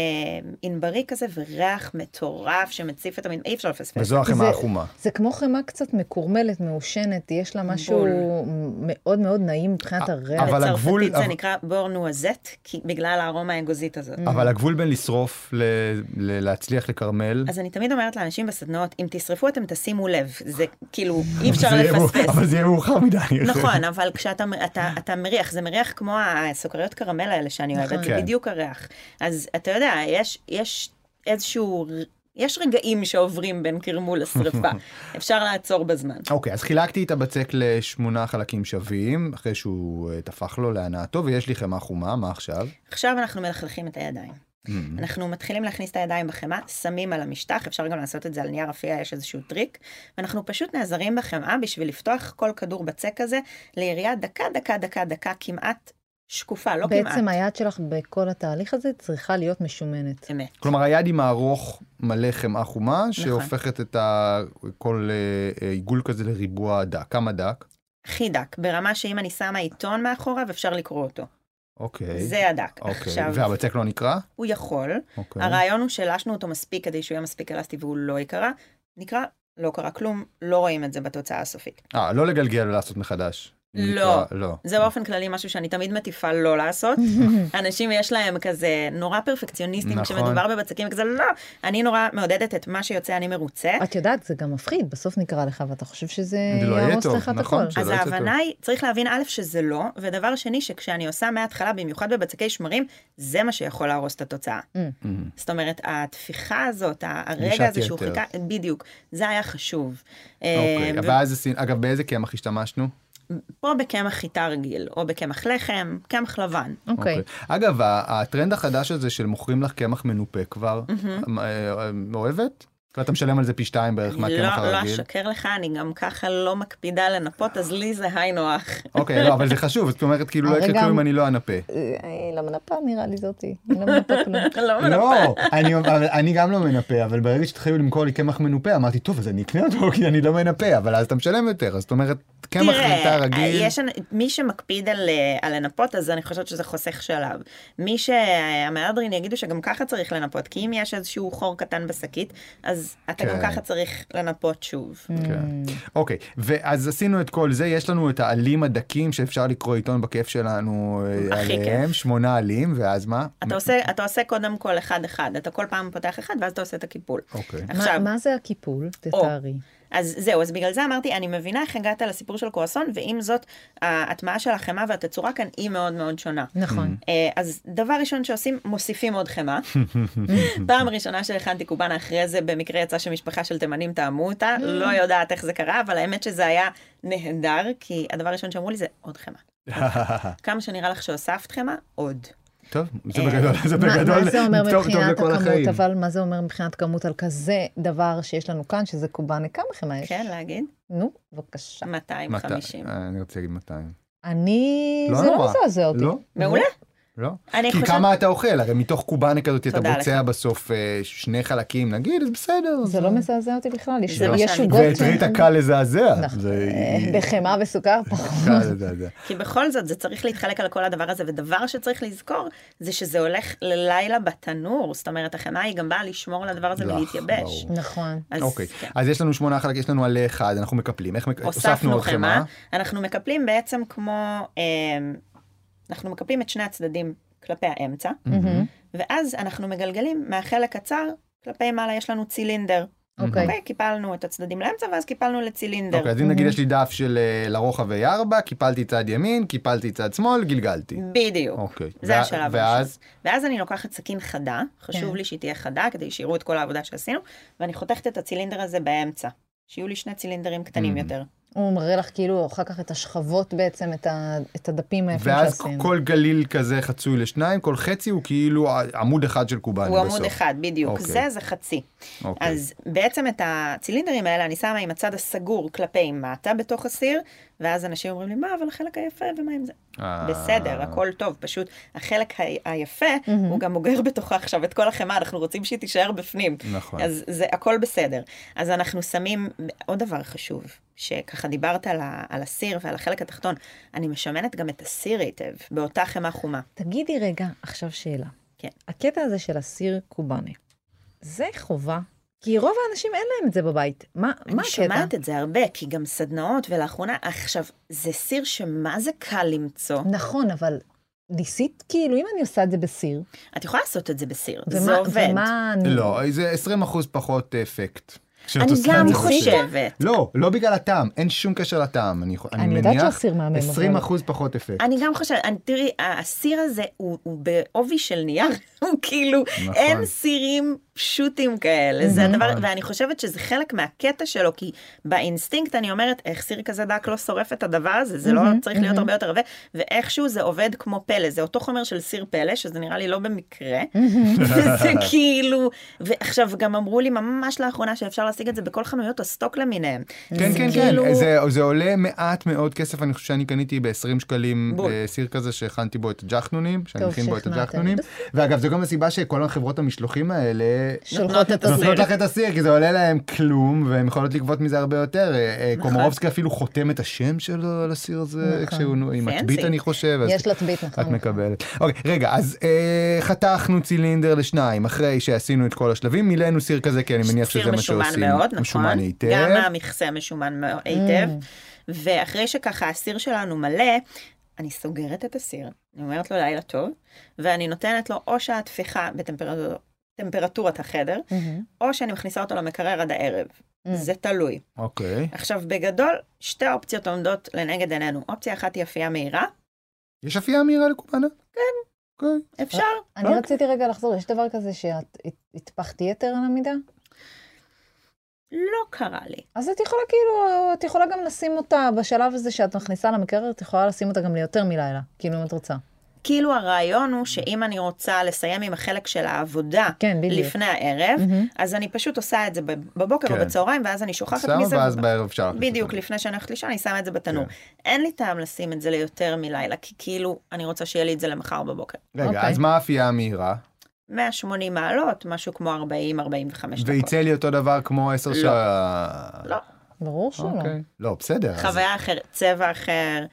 ענברי כזה וריח מטורף שמציף את המד... אי אפשר לפספס.
וזו החמאה
זה-
החומה.
זה כמו חמאה קצת מקורמלת, מעושנת, יש לה משהו
בול.
מאוד מאוד נעים מבחינת
א-
הריח.
אבל הגבול-
בצרפתית
אבל- אה.
זה נקרא בור נועזט, כי- בגלל הארומה האגוזית הזאת.
אבל הגבול בין לשרוף ל- ל- להצליח לכרמל,
אז אני תמיד אומרת לאנשים בסדנאות, אם תשרפו אתם תשימו לב, זה כאילו אי אפשר
זה יהיה מאוחר-
לפספס.
אבל זה יהיה מאוחר מדי. אני חושב.
נכון, אבל כשאתה אתה, אתה מריח, זה מריח כמו הסוכריות קרמל האלה שאני
נכון.
אוהבת, זה
כן.
בדיוק הריח. אז אתה יודע, יש, יש איזשהו, יש רגעים שעוברים בין קרמול לשרפה. אפשר לעצור בזמן.
אוקיי, אז חילקתי את הבצק לשמונה חלקים שווים, אחרי שהוא אה, טפח לו להנאתו, ויש לי חמאה חומה, מה עכשיו? Mm.
עכשיו אנחנו מלכלכים את הידיים. אנחנו מתחילים להכניס את הידיים בחמאה, שמים על המשטח, אפשר גם לעשות את זה על נייר אפייה, יש איזשהו טריק. ואנחנו פשוט נעזרים בחמאה בשביל לפתוח כל כדור בצק הזה לירייה דקה, דקה, דקה, דקה, כמעט שקופה, לא כמעט.
בעצם היד שלך בכל התהליך הזה צריכה להיות משומנת.
אמת.
כלומר, היד עם הארוך מלא חמאה חומה, שהופכת את ה- כל אה, אה, עיגול כזה לריבוע דק. כמה דק?
הכי דק, ברמה שאם אני שמה עיתון מאחוריו אפשר לקרוא אותו.
אוקיי.
זה הדק.
אוקיי.
עכשיו,
והבצק לא נקרע?
הוא יכול,
אוקיי.
הרעיון הוא שלשנו אותו מספיק כדי שהוא יהיה מספיק אלסטי והוא לא ייקרע, נקרע, לא קרה כלום, לא רואים את זה בתוצאה הסופית.
אה, לא לגלגל ולעשות מחדש. אם
לא.
נקרע- לא.
זה באופן כללי משהו שאני תמיד מטיפה לא לעשות. אנשים יש להם כזה נורא פרפקציוניסטים
נכון.
כשמדובר בבצקים כזה, לא, אני נורא מעודדת את מה שיוצא, אני מרוצה.
את יודעת, זה גם מפחיד, בסוף נקרא לך ואתה חושב שזה
זה לא יהיה
יהרוס
טוב,
לך את
נכון,
הכל.
זה
אז
לא יוצא
ההבנה היא, צריך להבין א', שזה לא, ודבר שני, שכשאני עושה מההתחלה, במיוחד בבצקי שמרים, זה מה שיכול להרוס את התוצאה.
אמ,
זאת אומרת, התפיחה הזאת, ה- הרגע
גלישת
הזה שהוא
יתר.
חיכה, בדיוק, זה היה חשוב. אה,
אוקיי. ואז זה סין- אגב, באיזה קמח השתמשנו?
פה בקמח חיטה רגיל, או בקמח לחם, קמח לבן.
אוקיי.
אגב, ה- הטרנד החדש הזה של מוכרים לך קמח מנופה כבר, אמ, אה, אה, אוהבת? ואתה משלם על זה פי שתיים בערך
אני
מהקמח
Mm-hmm. לא, לא
הרגיל.
אשקר לך, אני גם ככה לא מקפידה לנפות, אז לי זה היינו הך.
אוקיי, לא, אבל זה חשוב, זאת אומרת, כאילו לא
אבל
יקרה
גם-
כלום אם אני לא אנפה.
אה,
למנפה נראה לי זאתי, למנפה כלום.
לא מנפות.
לא, אני- אבל אני גם לא מנפה, אבל ברגע שהתחילו למכור לי קמח מנופה, אמרתי, טוב, אז אני אקנה אותו, כי אני לא מנפה, אבל אז אתה משלם יותר, אז זאת אומרת, קמח חיטה רגיל.
יש, אנ- מי שמקפיד על, אה, על לנפות, אז אני חושבת שזה חוסך שלב. מי שהמהדרין יגידו שגם ככה צריך לנפות, כי אם יש איזשהו חור קטן בשקית, אז אתה
כן.
גם ככה צריך לנפות שוב.
כן.
Hmm.
אוקיי, ואז עשינו את כל זה, יש לנו את העלים הדקים שאפשר לקרוא עיתון בכיף שלנו אה,
הכי
עליהם,
כיף.
שמונה עלים, ואז מה?
אתה עושה, אתה עושה קודם כל אחד-אחד, אתה כל פעם פותח אחד ואז אתה עושה את הקיפול.
אוקיי.
מה-
עכשיו,
מה זה הקיפול?
או.
תתארי.
אז זהו, אז בגלל זה אמרתי, אני מבינה איך הגעת לסיפור של קרואסון, ועם זאת, ההטמעה של החמאה והתצורה כאן היא מאוד מאוד שונה.
נכון.
אה, אז דבר ראשון שעושים, מוסיפים עוד חמאה. פעם ראשונה שהכנתי קובאנה אחרי זה, במקרה יצא שמשפחה של תימנים טעמו אותה,
Mm.
לא יודעת איך זה קרה, אבל האמת שזה היה נהדר, כי הדבר הראשון שאמרו לי זה עוד חמאה. כמה שנראה לך שהוספת חמאה, עוד.
טוב, זה
אה,
בגדול, זה
מה-
בגדול,
מה זה אומר
טוב, טוב
מבחינת
לכל החיים.
הכמות, אבל מה זה אומר מבחינת כמות על כזה דבר שיש לנו כאן, שזה קובאנה? כמה חמאה יש?
כן, להגיד?
נו, בבקשה.
250.
מאתיים, אה, אני רוצה להגיד 200.
אני,
לא
זה לא
נורא.
מזעזע אותי.
לא?
מעולה.
לא.
אני
כי
חושבת-
כמה אתה אוכל, הרי מתוך קובאנה כזאת אתה
תודה
בוצע בסוף אה, שני חלקים, נגיד, אז בסדר.
זה לא מזעזע אותי בכלל, יש-
זה מה
יש
שאני-
עוגות...
ואת ריטה קל לזעזע.
נכון.
זה-
בחמאה וסוכר פחות.
קל לזעזע.
כי בכל זאת, זה צריך להתחלק על כל הדבר הזה, ודבר שצריך לזכור, זה שזה הולך ללילה בתנור. זאת אומרת, החמאה היא גם באה לשמור על הדבר הזה
לך,
ולהתייבש.
ברור.
נכון.
אז
אוקיי,
כן.
אז יש לנו שמונה חלק, יש לנו עלה אחד, אנחנו מקפלים. איך מק- הוספנו עוד חמאה?
אנחנו מקפלים בעצם כמו, אמ, אנחנו מקפלים את שני הצדדים כלפי האמצע,
מהמם.
ואז אנחנו מגלגלים מהחלק הצר כלפי מעלה יש לנו צילינדר.
אוקיי.
אוקיי, קיפלנו את הצדדים לאמצע ואז קיפלנו לצילינדר.
אוקיי, אז אם נגיד יש לי דף של אה, לרוחב A4, קיפלתי צד ימין, קיפלתי צד שמאל, גלגלתי.
בדיוק.
אוקיי.
זה
וה-
השלב הראשון.
ואז,
ואז אני לוקחת סכין חדה, חשוב
כן.
לי שהיא תהיה חדה כדי שיראו את כל העבודה שעשינו, ואני חותכת את הצילינדר הזה באמצע. שיהיו לי שני צילינדרים קטנים
Mm.
יותר.
הוא מראה לך כאילו אחר כך את השכבות בעצם, את ה- את הדפים היפים
ואז
שעשינו.
כל גליל כזה חצוי לשניים, כל חצי הוא כאילו עמוד אחד של קובאנה
הוא
בסוף.
עמוד אחד, בדיוק.
אוקיי.
זה, זה חצי.
אוקיי.
אז בעצם את הצילינדרים האלה אני שמה עם הצד הסגור כלפי מטה בתוך הסיר, ואז אנשים אומרים לי, מה, אבל החלק היפה, ומה עם זה?
אה,
בסדר, הכל טוב, פשוט החלק ה- היפה, הוא גם אוגר בתוכה עכשיו את כל החמאה, אנחנו רוצים שהיא תישאר בפנים.
נכון.
אז זה הכל בסדר. אז אנחנו שמים, עוד דבר חשוב, שככה דיברת על, ה, על הסיר ועל החלק התחתון, אני משמנת גם את הסיר היטב, באותה חמאה חומה.
תגידי רגע עכשיו שאלה.
כן.
הקטע הזה של הסיר קובאנה, זה חובה? כי רוב האנשים אין להם את זה בבית. מה מה
אני שומעת
הקטע?
את זה הרבה, כי גם סדנאות, ולאחרונה, עכשיו, זה סיר שמה זה קל למצוא.
נכון, אבל ניסית כאילו, אם אני עושה את זה בסיר,
את יכולה לעשות את זה בסיר,
ומה-
זה עובד.
ומה... אני-
לא, זה 20 אחוז פחות אפקט. כשאת
אני
עושה את
גם
זה בסדר.
חושבת.
לא, לא בגלל הטעם, אין שום קשר לטעם. אני יכול-
אני
אני
יודעת
מניח
שהסיר מהמם,
20
אבל-
אחוז פחות אפקט.
אני גם חושבת, אני, תראי, הסיר הזה הוא, הוא בעובי של נייר, הוא כאילו,
נכון.
אין סירים פשוטים כאלה, זה
נכון.
הדבר, ואני חושבת שזה חלק מהקטע שלו, כי באינסטינקט אני אומרת, איך סיר כזה דק לא שורף את הדבר הזה, זה לא
מהמם,
צריך להיות
מהמם.
הרבה יותר עבה, ואיכשהו זה עובד כמו פלא, זה אותו חומר של סיר פלא, שזה נראה לי לא במקרה, זה כאילו, ועכשיו גם אמרו לי ממש לאחרונה שאפשר להשיג את זה בכל חנויות הסטוק למיניהם.
כן,
זה
כן,
כאילו-
כן, זה, זה עולה מעט מאוד כסף, אני חושב שאני קניתי ב-20 שקלים
בול.
אה, סיר כזה שהכנתי בו את הג'חנונים, שאני
טוב,
מכין בו את
שכנעתם.
הג'חנונים. ואגב, זו גם הסיבה שכל החברות המשלוחים האלה...
שולחות את הסיר.
נותנות לך את הסיר, כי זה עולה להם כלום, והן יכולות לגבות מזה הרבה יותר. אה, אה,
נכון.
קומורובסקי אפילו חותם את השם שלו על הסיר הזה,
נכון.
כשהוא נו- עם
Fancy.
מטבית, אני חושב. אז
יש לה טבית, נכון.
את
נכון.
מקבלת. אוקיי, רגע, אז אה, חתכנו צילינדר לשניים, אחרי שעשינו את כל השלבים, מילאנו סיר כזה, כי אני מניח שזה
סיר
מה שעושים.
משומן מאוד, נכון.
משומן היטב.
גם המכסה משומן מאו- היטב. ואחרי שככה הסיר שלנו מלא, אני סוגרת את הסיר, אני אומרת לו לילה טוב, ואני נותנת לו או שעת טפיחה בטמפרטורת החדר,
מהמם.
או שאני מכניסה אותו למקרר עד הערב.
Mm.
זה תלוי.
אוקיי.
עכשיו, בגדול, שתי האופציות עומדות לנגד עינינו. אופציה אחת היא אפייה מהירה,
יש אפייה מהירה לקובאנה? כן. אוקיי.
אפשר.
אה, אני
אוקיי.
רציתי רגע לחזור, יש דבר כזה שאת הת- הטפחת יתר על המידה?
לא קרה לי.
אז את יכולה כאילו, את יכולה גם לשים אותה בשלב הזה שאת מכניסה למקרר, את יכולה לשים אותה גם ליותר מלילה, כאילו אם את רוצה.
כאילו הרעיון הוא שאם אני רוצה לסיים עם החלק של העבודה
כן, בדיוק. Mm.
לפני הערב,
מהמם.
אז אני פשוט עושה את זה בב- בבוקר או
כן.
בצהריים, ואז אני שוכחת
שמה,
מזה.
ואז בערב אפשר להכניס
בדיוק,
אותו.
לפני שאני הולכת לישון, אני שמה את זה בתנור.
כן.
אין לי טעם לשים את זה ליותר מלילה, כי כאילו, אני רוצה שיהיה לי את זה למחר בבוקר.
רגע,
אוקיי.
אז מה האפייה המהירה?
180 מעלות, משהו כמו 40-45 דקות.
ויצא לי אותו דבר כמו עשר
לא.
שעה...
לא,
ברור שלא.
אוקיי. לא, בסדר. אז-
חוויה אחרת, צבע אחר,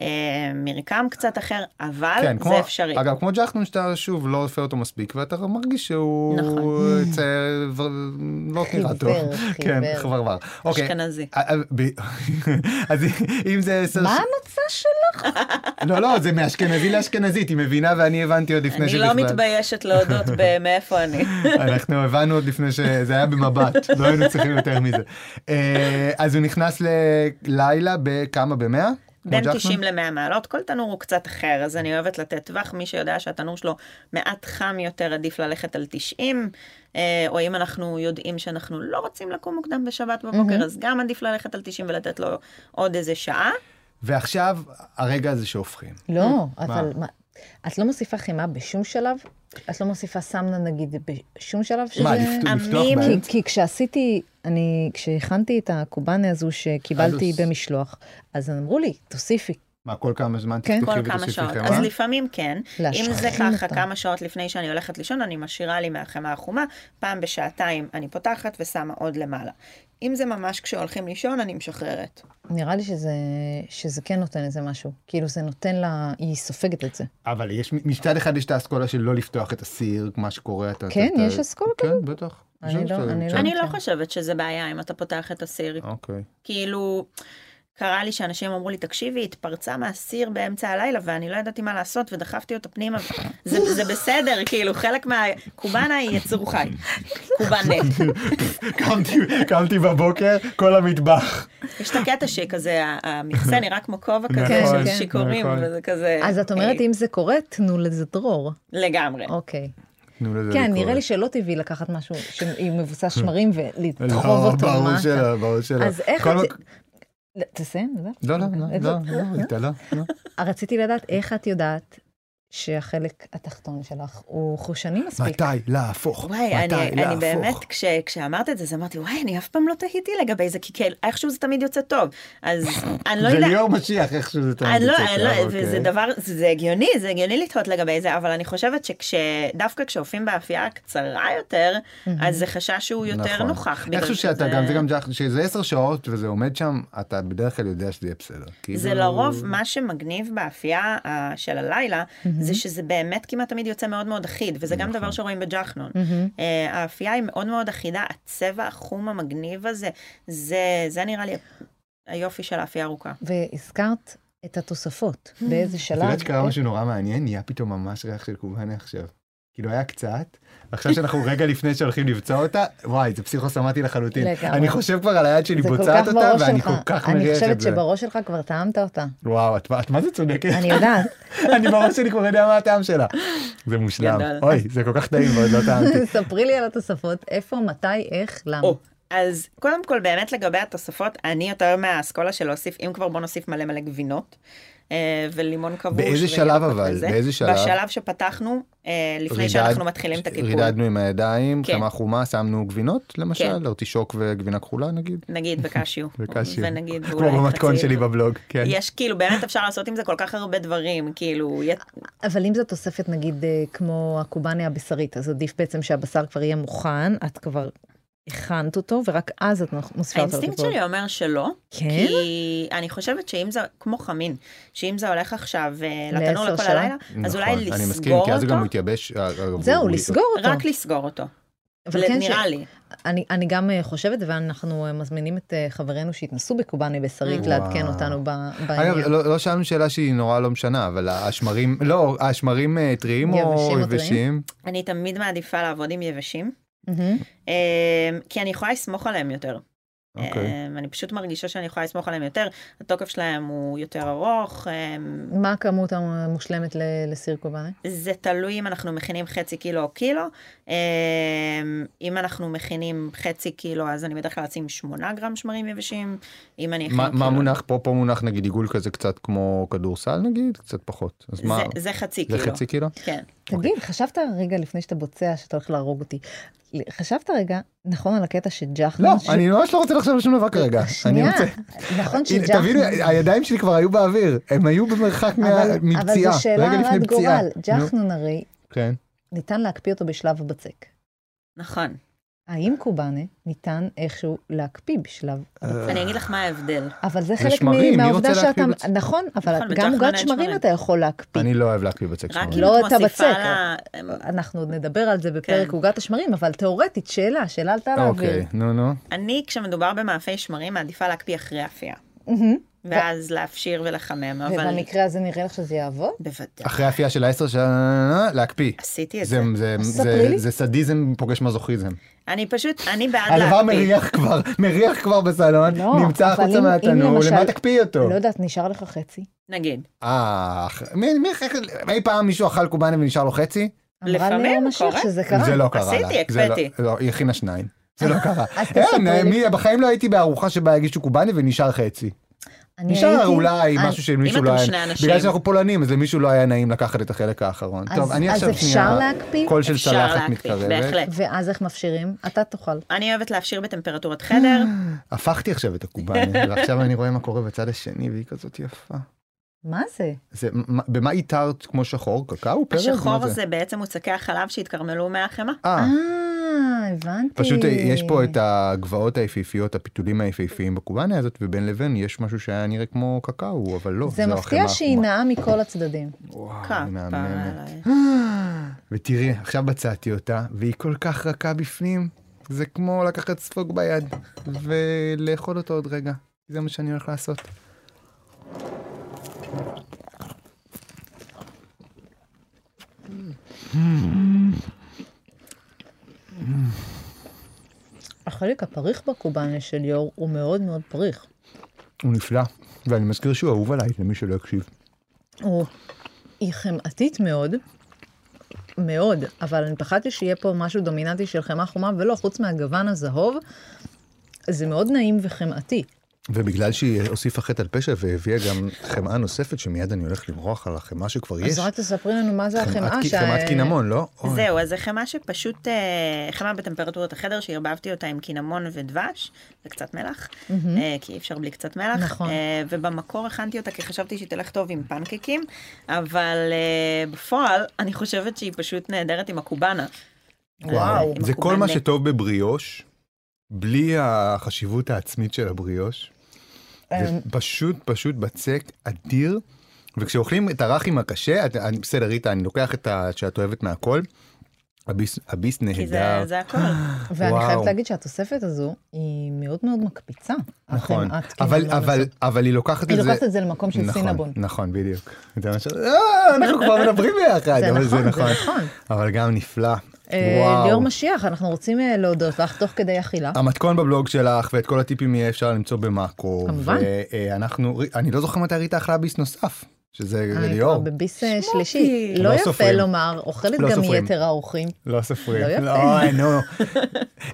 אה, מרקם קצת אחר, אבל
כן,
זה אפשרי.
אגב, כמו ג'חנון, שאתה שוב לא עופה אותו מספיק, ואתה מרגיש שהוא...
נכון.
צעיר, ו- לא נראה טוב.
חיוור,
כן,
חיוור.
חברבר. אוקיי.
אשכנזי.
אה, אה, ב- אז אם זה עשר...
מה
ש-
המצע שלך?
לא, לא, זה מאשכנזי לאשכנזית, היא מבינה ואני הבנתי עוד לפני
אני
שבכלל...
לא מתביישת להודות ב- מאיפה אני.
אנחנו הבנו עוד לפני שזה היה במבט, לא היינו צריכים יותר מזה. אה, אז הוא נכנס ללילה בכמה? במאה? כמו
בין
ג'חנון?
90 ל-100 מעלות, כל תנור הוא קצת אחר, אז אני אוהבת לתת טווח. מי שיודע שהתנור שלו מעט חם יותר, עדיף ללכת על 90, אה, או אם אנחנו יודעים שאנחנו לא רוצים לקום מוקדם בשבת בבוקר, אז גם עדיף ללכת על 90 ולתת לו עוד איזה שעה.
אוקיי, ועכשיו הרגע הזה שהופכים.
לא, אבל מה? את לא מוסיפה חימה בשום שלב? את לא מוסיפה סמנה נגיד בשום שלב?
מה,
שזה-
לפת- לפתוח
עמים.
באמצע?
כי, כי כשעשיתי, אני, כשהכנתי את הקובאנה הזו שקיבלתי
אז-
במשלוח, אז הם אמרו לי, תוסיפי.
מה, כל כמה זמן
כן.
תפתחי
כל כמה
ותוסיפי
שעות.
חמאה?
אז לפעמים כן. אם
להשחיר
זה ככה
אותה.
כמה שעות לפני שאני הולכת לישון, אני משאירה לי מהחמאה החומה, פעם בשעתיים אני פותחת ושמה עוד למעלה. אם זה ממש כשהולכים לישון, אני משחררת.
נראה לי שזה, שזה כן נותן איזה משהו. כאילו זה נותן לה, היא סופגת את זה.
אבל יש, מצד אחד יש את האסכולה של לא לפתוח את הסיר, מה שקורה, אתה...
כן,
אתה-
יש אסכולה
כן, בטח.
אני לא-
שאתה-
אני לא-
כן.
אני לא
כן.
חושבת שזה בעיה אם אתה פותח את הסיר.
אוקיי.
כאילו, קרה לי שאנשים אמרו לי, תקשיבי, היא התפרצה מהסיר באמצע הלילה ואני לא ידעתי מה לעשות ודחפתי אותה פנימה. זה, זה בסדר, כאילו, חלק מה... קובאנה היא יצור חי. קובאנט.
קמתי- קמתי בבוקר, כל המטבח.
יש את הקטע שכזה, ה- המכסה נראה כמו כובע כזה
נכון,
של שיכורים,
נכון.
וזה כזה...
אז את אומרת,
אוקיי.
אה,
אם זה קורה, תנו לזה דרור.
לגמרי.
אוקיי.
תנו לזה
כן,
לקרות.
נראה לי שלא טבעי לקחת משהו שהיא מבוסס שמרים ולדחוב
לא,
אותו.
ברור
מה אתה-
שלא, ברור שלא.
אז איך
כל
את...
מק-
תסיים, לא?
לא, לא, לא,
איזה- אה?
לא, לא, איתה, לא, לא.
רציתי לדעת איך את יודעת שהחלק התחתון שלך הוא חושני מספיק.
מתי להפוך?
וואי,
מתי
אני, אני
להפוך?
באמת, כש, כשאמרת את זה, אז אמרתי, וואי, אני אף פעם לא תהיתי לגבי זה, כי כן, איכשהו זה תמיד יוצא טוב. אז אני לא
זה
יודעת...
ליאור משיח, איכשהו זה תמיד
אני לא,
יוצא
אני לא,
ככה,
וזה
אוקיי.
דבר, זה זה הגיוני, זה הגיוני לתהות לגבי זה, אבל אני חושבת שכש... דווקא כשאופים באפייה הקצרה יותר, אז זה חשש שהוא יותר
נכון.
נוכח. בגלל
איכשהו שאתה גם, זה גם ג'ח, שזה עשר שעות וזה עומד שם, אתה בדרך כלל יודע שזה יהיה בסדר.
זה
כאילו-
לרוב מה שמגניב באפייה אה, של הלילה, זה שזה באמת כמעט תמיד יוצא מאוד מאוד אחיד, וזה גם
נכון.
דבר שרואים בג'חנון. אה, האפייה היא מאוד מאוד אחידה, הצבע החום המגניב הזה, זה זה נראה לי היופי של האפייה הארוכה.
והזכרת את התוספות, באיזה
Mm. את
שלב. אה,
יודעת שקרה משהו נורא מעניין, נהיה פתאום ממש ריח של קובאנה עכשיו. כאילו היה קצת, עכשיו שאנחנו רגע לפני שהולכים לבצע אותה, וואי, זה פסיכוסומטי לחלוטין.
לגמרי.
אני חושב כבר על היד שלי
זה כל
בוצעת
כך
אותה,
בראש
ואני
שלך.
כל כך
אני
מריח
חושבת
את זה.
שבראש שלך כבר טעמת אותה.
וואו, את את מה זה צודקת?
אני יודעת.
אני בראש שלי כבר יודע מה הטעם שלה. זה מושלם.
גדול.
אוי, זה כל כך טעים ועוד לא טעמתי.
ספרי לי על התוספות, איפה, מתי, איך, למה.
או, אז קודם כל באמת לגבי התוספות, אני יותר מהאסכולה של להוסיף, אם כבר בוא נוסיף מלא מלא גבינות. אה, ולימון כבוש.
באיזה
וירקות
שלב אבל?
וזה.
באיזה שלב?
בשלב שפתחנו, אה, לפני
רידד-
שאנחנו מתחילים את הקיפול.
רידדנו עם הידיים,
כן.
חמאה חומה, שמנו גבינות
כן.
למשל, ארטישוק וגבינה כחולה נגיד.
נגיד בקשיו.
וקשיו.
ונגיד
כמו
ואולי
לא במתכון
חצי-
שלי בבלוג, כן.
יש כאילו באמת אפשר לעשות עם זה כל כך הרבה דברים כאילו
אה,
י-
אבל אם זו תוספת נגיד אה, כמו הקובאנה הבשרית, אז עדיף בעצם שהבשר כבר יהיה מוכן, את כבר הכנת אותו, ורק אז את מוסיפה אותו.
האינסטינקט
לקיפול.
שלי אומר שלא.
כן?
כאילו
כי אני חושבת שאם זה כמו חמין שאם זה הולך עכשיו אה, לתנור
לעשר
לכל
שעה?
הלילה אז
נכון,
אולי
אני מסכים,
לסגור
כי אז הוא גם
אותו.
מתייבש. אה, אה,
זהו,
הוא-
לסגור אותו.
רק לסגור אותו.
אבל כן ש-
נראה לי.
אני, אני גם אה, חושבת, ואנחנו אה, מזמינים את אה, חברינו שהתנסו בקובאנה בשרית
Mm. וואו.
לעדכן אותנו ב-
אגב,
בעניין.
לא לא שאלנו שאלה שהיא נורא לא משנה, אבל השמרים, לא, השמרים אה, טריים או
יבשים או טריים?
יבשים?
אני תמיד מעדיפה לעבוד עם יבשים
מהמם.
אמ, אה, כי אני יכולה לסמוך עליהם יותר.
אוקיי.
אמ, אני פשוט מרגישה שאני יכולה לסמוך עליהם יותר, התוקף שלהם הוא יותר ארוך, אמ,
מה הכמות המושלמת ל- לסיר קובאנה?
זה תלוי אם אנחנו מכינים חצי קילו או קילו. אמ, אם אנחנו מכינים חצי קילו, אז אני בדרך כלל אשים 8 גרם שמרים יבשים. אם אני אכין
מה- מה
כאילו-
קילו-
המונח פה? פה מונח נגיד עיגול כזה קצת כמו כדורסל נגיד? קצת פחות. אז מה?
זה, זה חצי
זה
כאילו-
קילו.
חצי קילו?
כן.
אוקיי.
תגיד, חשבת רגע לפני שאתה בוצע שאתה הולך להרוג אותי, חשבת רגע, נכון על הקטע שג'חנון...
לא,
ש-
אני ממש לא רוצה לחשוב על שום דבר כרגע. אני
שנייה,
רוצה...
נכון
הנה, תבינו,
שג'חנון...
הידיים שלי כבר היו באוויר, הם היו במרחק מה-
אבל- אבל
מפציעה,
זו שאלה
רגע לפני
הרת
פציעה.
גורל,
נו,
ג'חנון הרי
כן.
ניתן להקפיא אותו בשלב הבצק.
נכון.
האם קובאנה ניתן איכשהו להקפיא בשלב הבצק?
אני אגיד לך מה ההבדל.
אה,
אבל זה
זה
חלק
אה, שמרים,
מ-
מי
מהעובדה
רוצה
שאתה...
להקפיא בצק?
נכון, אבל גם
נכון, בג'חנון
עוגת
אין
שמרים
שמרים.
אתה יכול להקפיא.
אני לא אוהב להקפיא בצק
רק
שמרים.
אם
לא
את
אתה
מוסיפה
בצק.
לה... אמ,
אנחנו עוד נדבר על זה בפרק
כן.
עוגת השמרים, אבל תיאורטית, שאלה, שאלה עלתה לאוויר.
אוקיי, נו נו.
אני, כשמדובר במאפי שמרים, מעדיפה להקפיא אחרי אפייה.
מהמם.
ואז להפשיר ולחמם, אבל...
ובמקרה הזה נראה לך שזה יעבוד?
בוודאי.
אחרי האפייה של העשר שנה,
אה,
להקפיא.
עשיתי את זה.
זה- זה-
ספרי
זה-
לי.
זה סדיזם פוגש מזוכיזם.
אני פשוט, אני בעד להקפיא.
הדבר מריח כבר, מריח כבר בסלון,
לא, אבל
נמצא החוצה
אם- אם
מהתנור,
למשל-
למה תקפיא אותו?
לא יודעת, נשאר לך חצי?
נגיד.
אה, מי- מי- אי פעם מישהו אכל קובאנה ונשאר לו חצי?
אמרה לי
לפעמים
המשך
קורה.
לא שזה קרה.
זה לא קרה לה.
עשיתי,
זה לא-
הקפאתי.
לא, היא הכינה שניים. זה לא קרה.
אז
אין,
תספרי לי.
מי- בחיים לא הייתי בארוחה שבה הגישו קובאני ונשאר חצי.
אני
נשאר
הייתי-
אולי
אז-
משהו שלמישהו לא
אה, אתם
היה...
שני אנשים.
בגלל שאנחנו פולנים, אז למישהו לא היה נעים לקחת את החלק האחרון.
אז-
טוב, אני
אז
עכשיו
אפשר
שנייה...
להקפיא?
קול של
אפשר
צלחת
להקפיא,
מתקרבת.
בהחלט.
ואז איך מפשירים? אתה תאכל.
אני אוהבת להפשיר
אה,
בטמפרטורת חדר.
הפכתי עכשיו את הקובאנה, ועכשיו אני רואה מה קורה בצד השני, והיא כזאת יפה.
מה זה?
זה, מה- במה איתרת כמו שחור? קקאו? פרק?
השחור
מה זה?
זה בעצם מוצקי החלב שהתקרמלו מהחמאה.
אה,
אה, הבנתי.
פשוט אה, יש פה את הגבעות היפהפיות, הפיתולים היפהפיים בקובאנה הזאת, ובין לבין יש משהו שהיה נראה כמו קקאו, אבל לא.
זה
זו
מפתיע
החמאה
שהיא
החומה.
נאה מכל הצדדים.
וואו,
כפרה
היא מהממת.
עלייך.
ותראי, עכשיו בצעתי אותה, והיא כל כך רכה בפנים, זה כמו לקחת ספוג ביד, ולאכול אותו עוד רגע. זה מה שאני הולך לעשות.
החלק הפריך בקובאנה של ליאור הוא מאוד מאוד פריך.
הוא נפלא, ואני מזכיר שהוא אהוב עליי, למי שלא הקשיב.
הוא... היא חמאתית מאוד, מאוד, אבל אני פחדתי שיהיה פה משהו דומיננטי של חמאה חומה, ולא, חוץ מהגוון הזהוב, זה מאוד נעים וחמאתי.
ובגלל שהיא הוסיפה חטא על פשע והביאה גם חמאה נוספת, שמיד אני הולך למרוח על החמאה שכבר יש.
אז רק תספרי לנו מה זה
חמאת
החמאה
קי-
שה-
חמאת קינמון, לא? אוי.
זהו, אז זה חמאה שפשוט, אה, חמאה בטמפרטורת החדר, שערבבתי אותה עם קינמון ודבש, וקצת מלח,
Mm-hmm.
אה, כי אי אפשר בלי קצת מלח.
נכון.
אה, ובמקור הכנתי אותה כי חשבתי שהיא תלך טוב עם פנקקים, אבל אה, בפועל, אני חושבת שהיא פשוט נהדרת עם הקובאנה.
וואו.
עם
זה כל מה
הקובאנה.
שטוב בבריאוש, בלי החשיבות העצמית של הבריאוש. זה
אמ,
פשוט פשוט בצק אדיר. וכשאוכלים את הרחים הקשה, את- אני- בסדר ריטה, אני לוקח את ה- שאת אוהבת מהכל. הביס, הביס
כי זה-
נהדר. אה,
זה הכל.
ואני
וואו.
חייבת להגיד שהתוספת הזו היא מאוד מאוד מקפיצה.
נכון,
החמאת
אבל,
קינמון
אבל,
הזאת.
אבל היא לוקחת את זה...
לא היא לוקחת את זה למקום של
נכון,
סינבון.
נכון, בדיוק. זה מה ש... אה, אנחנו כבר מדברים ביחד,
זה
אבל זה
נכון, זה
נכון.
נכון.
אבל גם נפלא.
אה,
וואו. אה,
ליאור משיח, אנחנו רוצים אה, להודות לך תוך כדי אכילה.
המתכון בבלוג שלך ואת כל הטיפים יהיה אפשר למצוא במאקו.
כמובן.
ואנחנו, אני לא זוכר מתי ריטה אכלה ביס נוסף, שזה
אני כבר
ליאור.
בביס אה, שלישי.
לא
לא יפה
סופרים.
לומר, אוכלת
לא
גם
סופרים.
יתר האורחים.
לא סופרים.
לא יפה.
אוי, נו.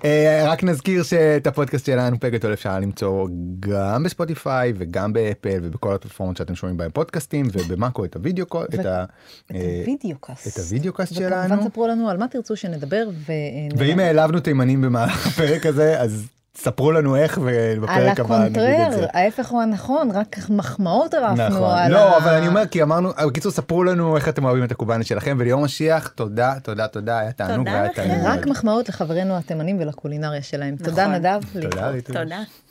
אה, רק נזכיר שאת הפודקאסט שלנו פגטול אפשר למצוא גם בספוטיפיי וגם באפל ובכל הפלטפורמות שאתם שומעים בהם פודקאסטים ובמאקו את הוידאו קול, את ה...
את
אה,
הוידאו קאסט.
את הוידאו קאסט
וכמובן
שלנו.
ספרו לנו על מה תרצו שנדבר. ו-
ואם העלבנו תימנים במהלך הפרק הזה, אז ספרו לנו איך,
על
ובפרק הבא נגיד את זה.
הקונטרר, ההפך הוא הנכון, רק מחמאות ערפנו
נכון.
על
לא,
ה-
אבל אני אומר, כי אמרנו, אה, בקיצור, ספרו לנו איך אתם אוהבים את הקובאנה שלכם, וליאור משיח, תודה, תודה, תודה, היה תענוג,
תודה
והיה
לכם.
תענוג.
רק מחמאות לחברינו התימנים ולקולינריה שלהם. תודה
נכון.
נדב.
תודה,
להתראות.
ריטוש.
תודה.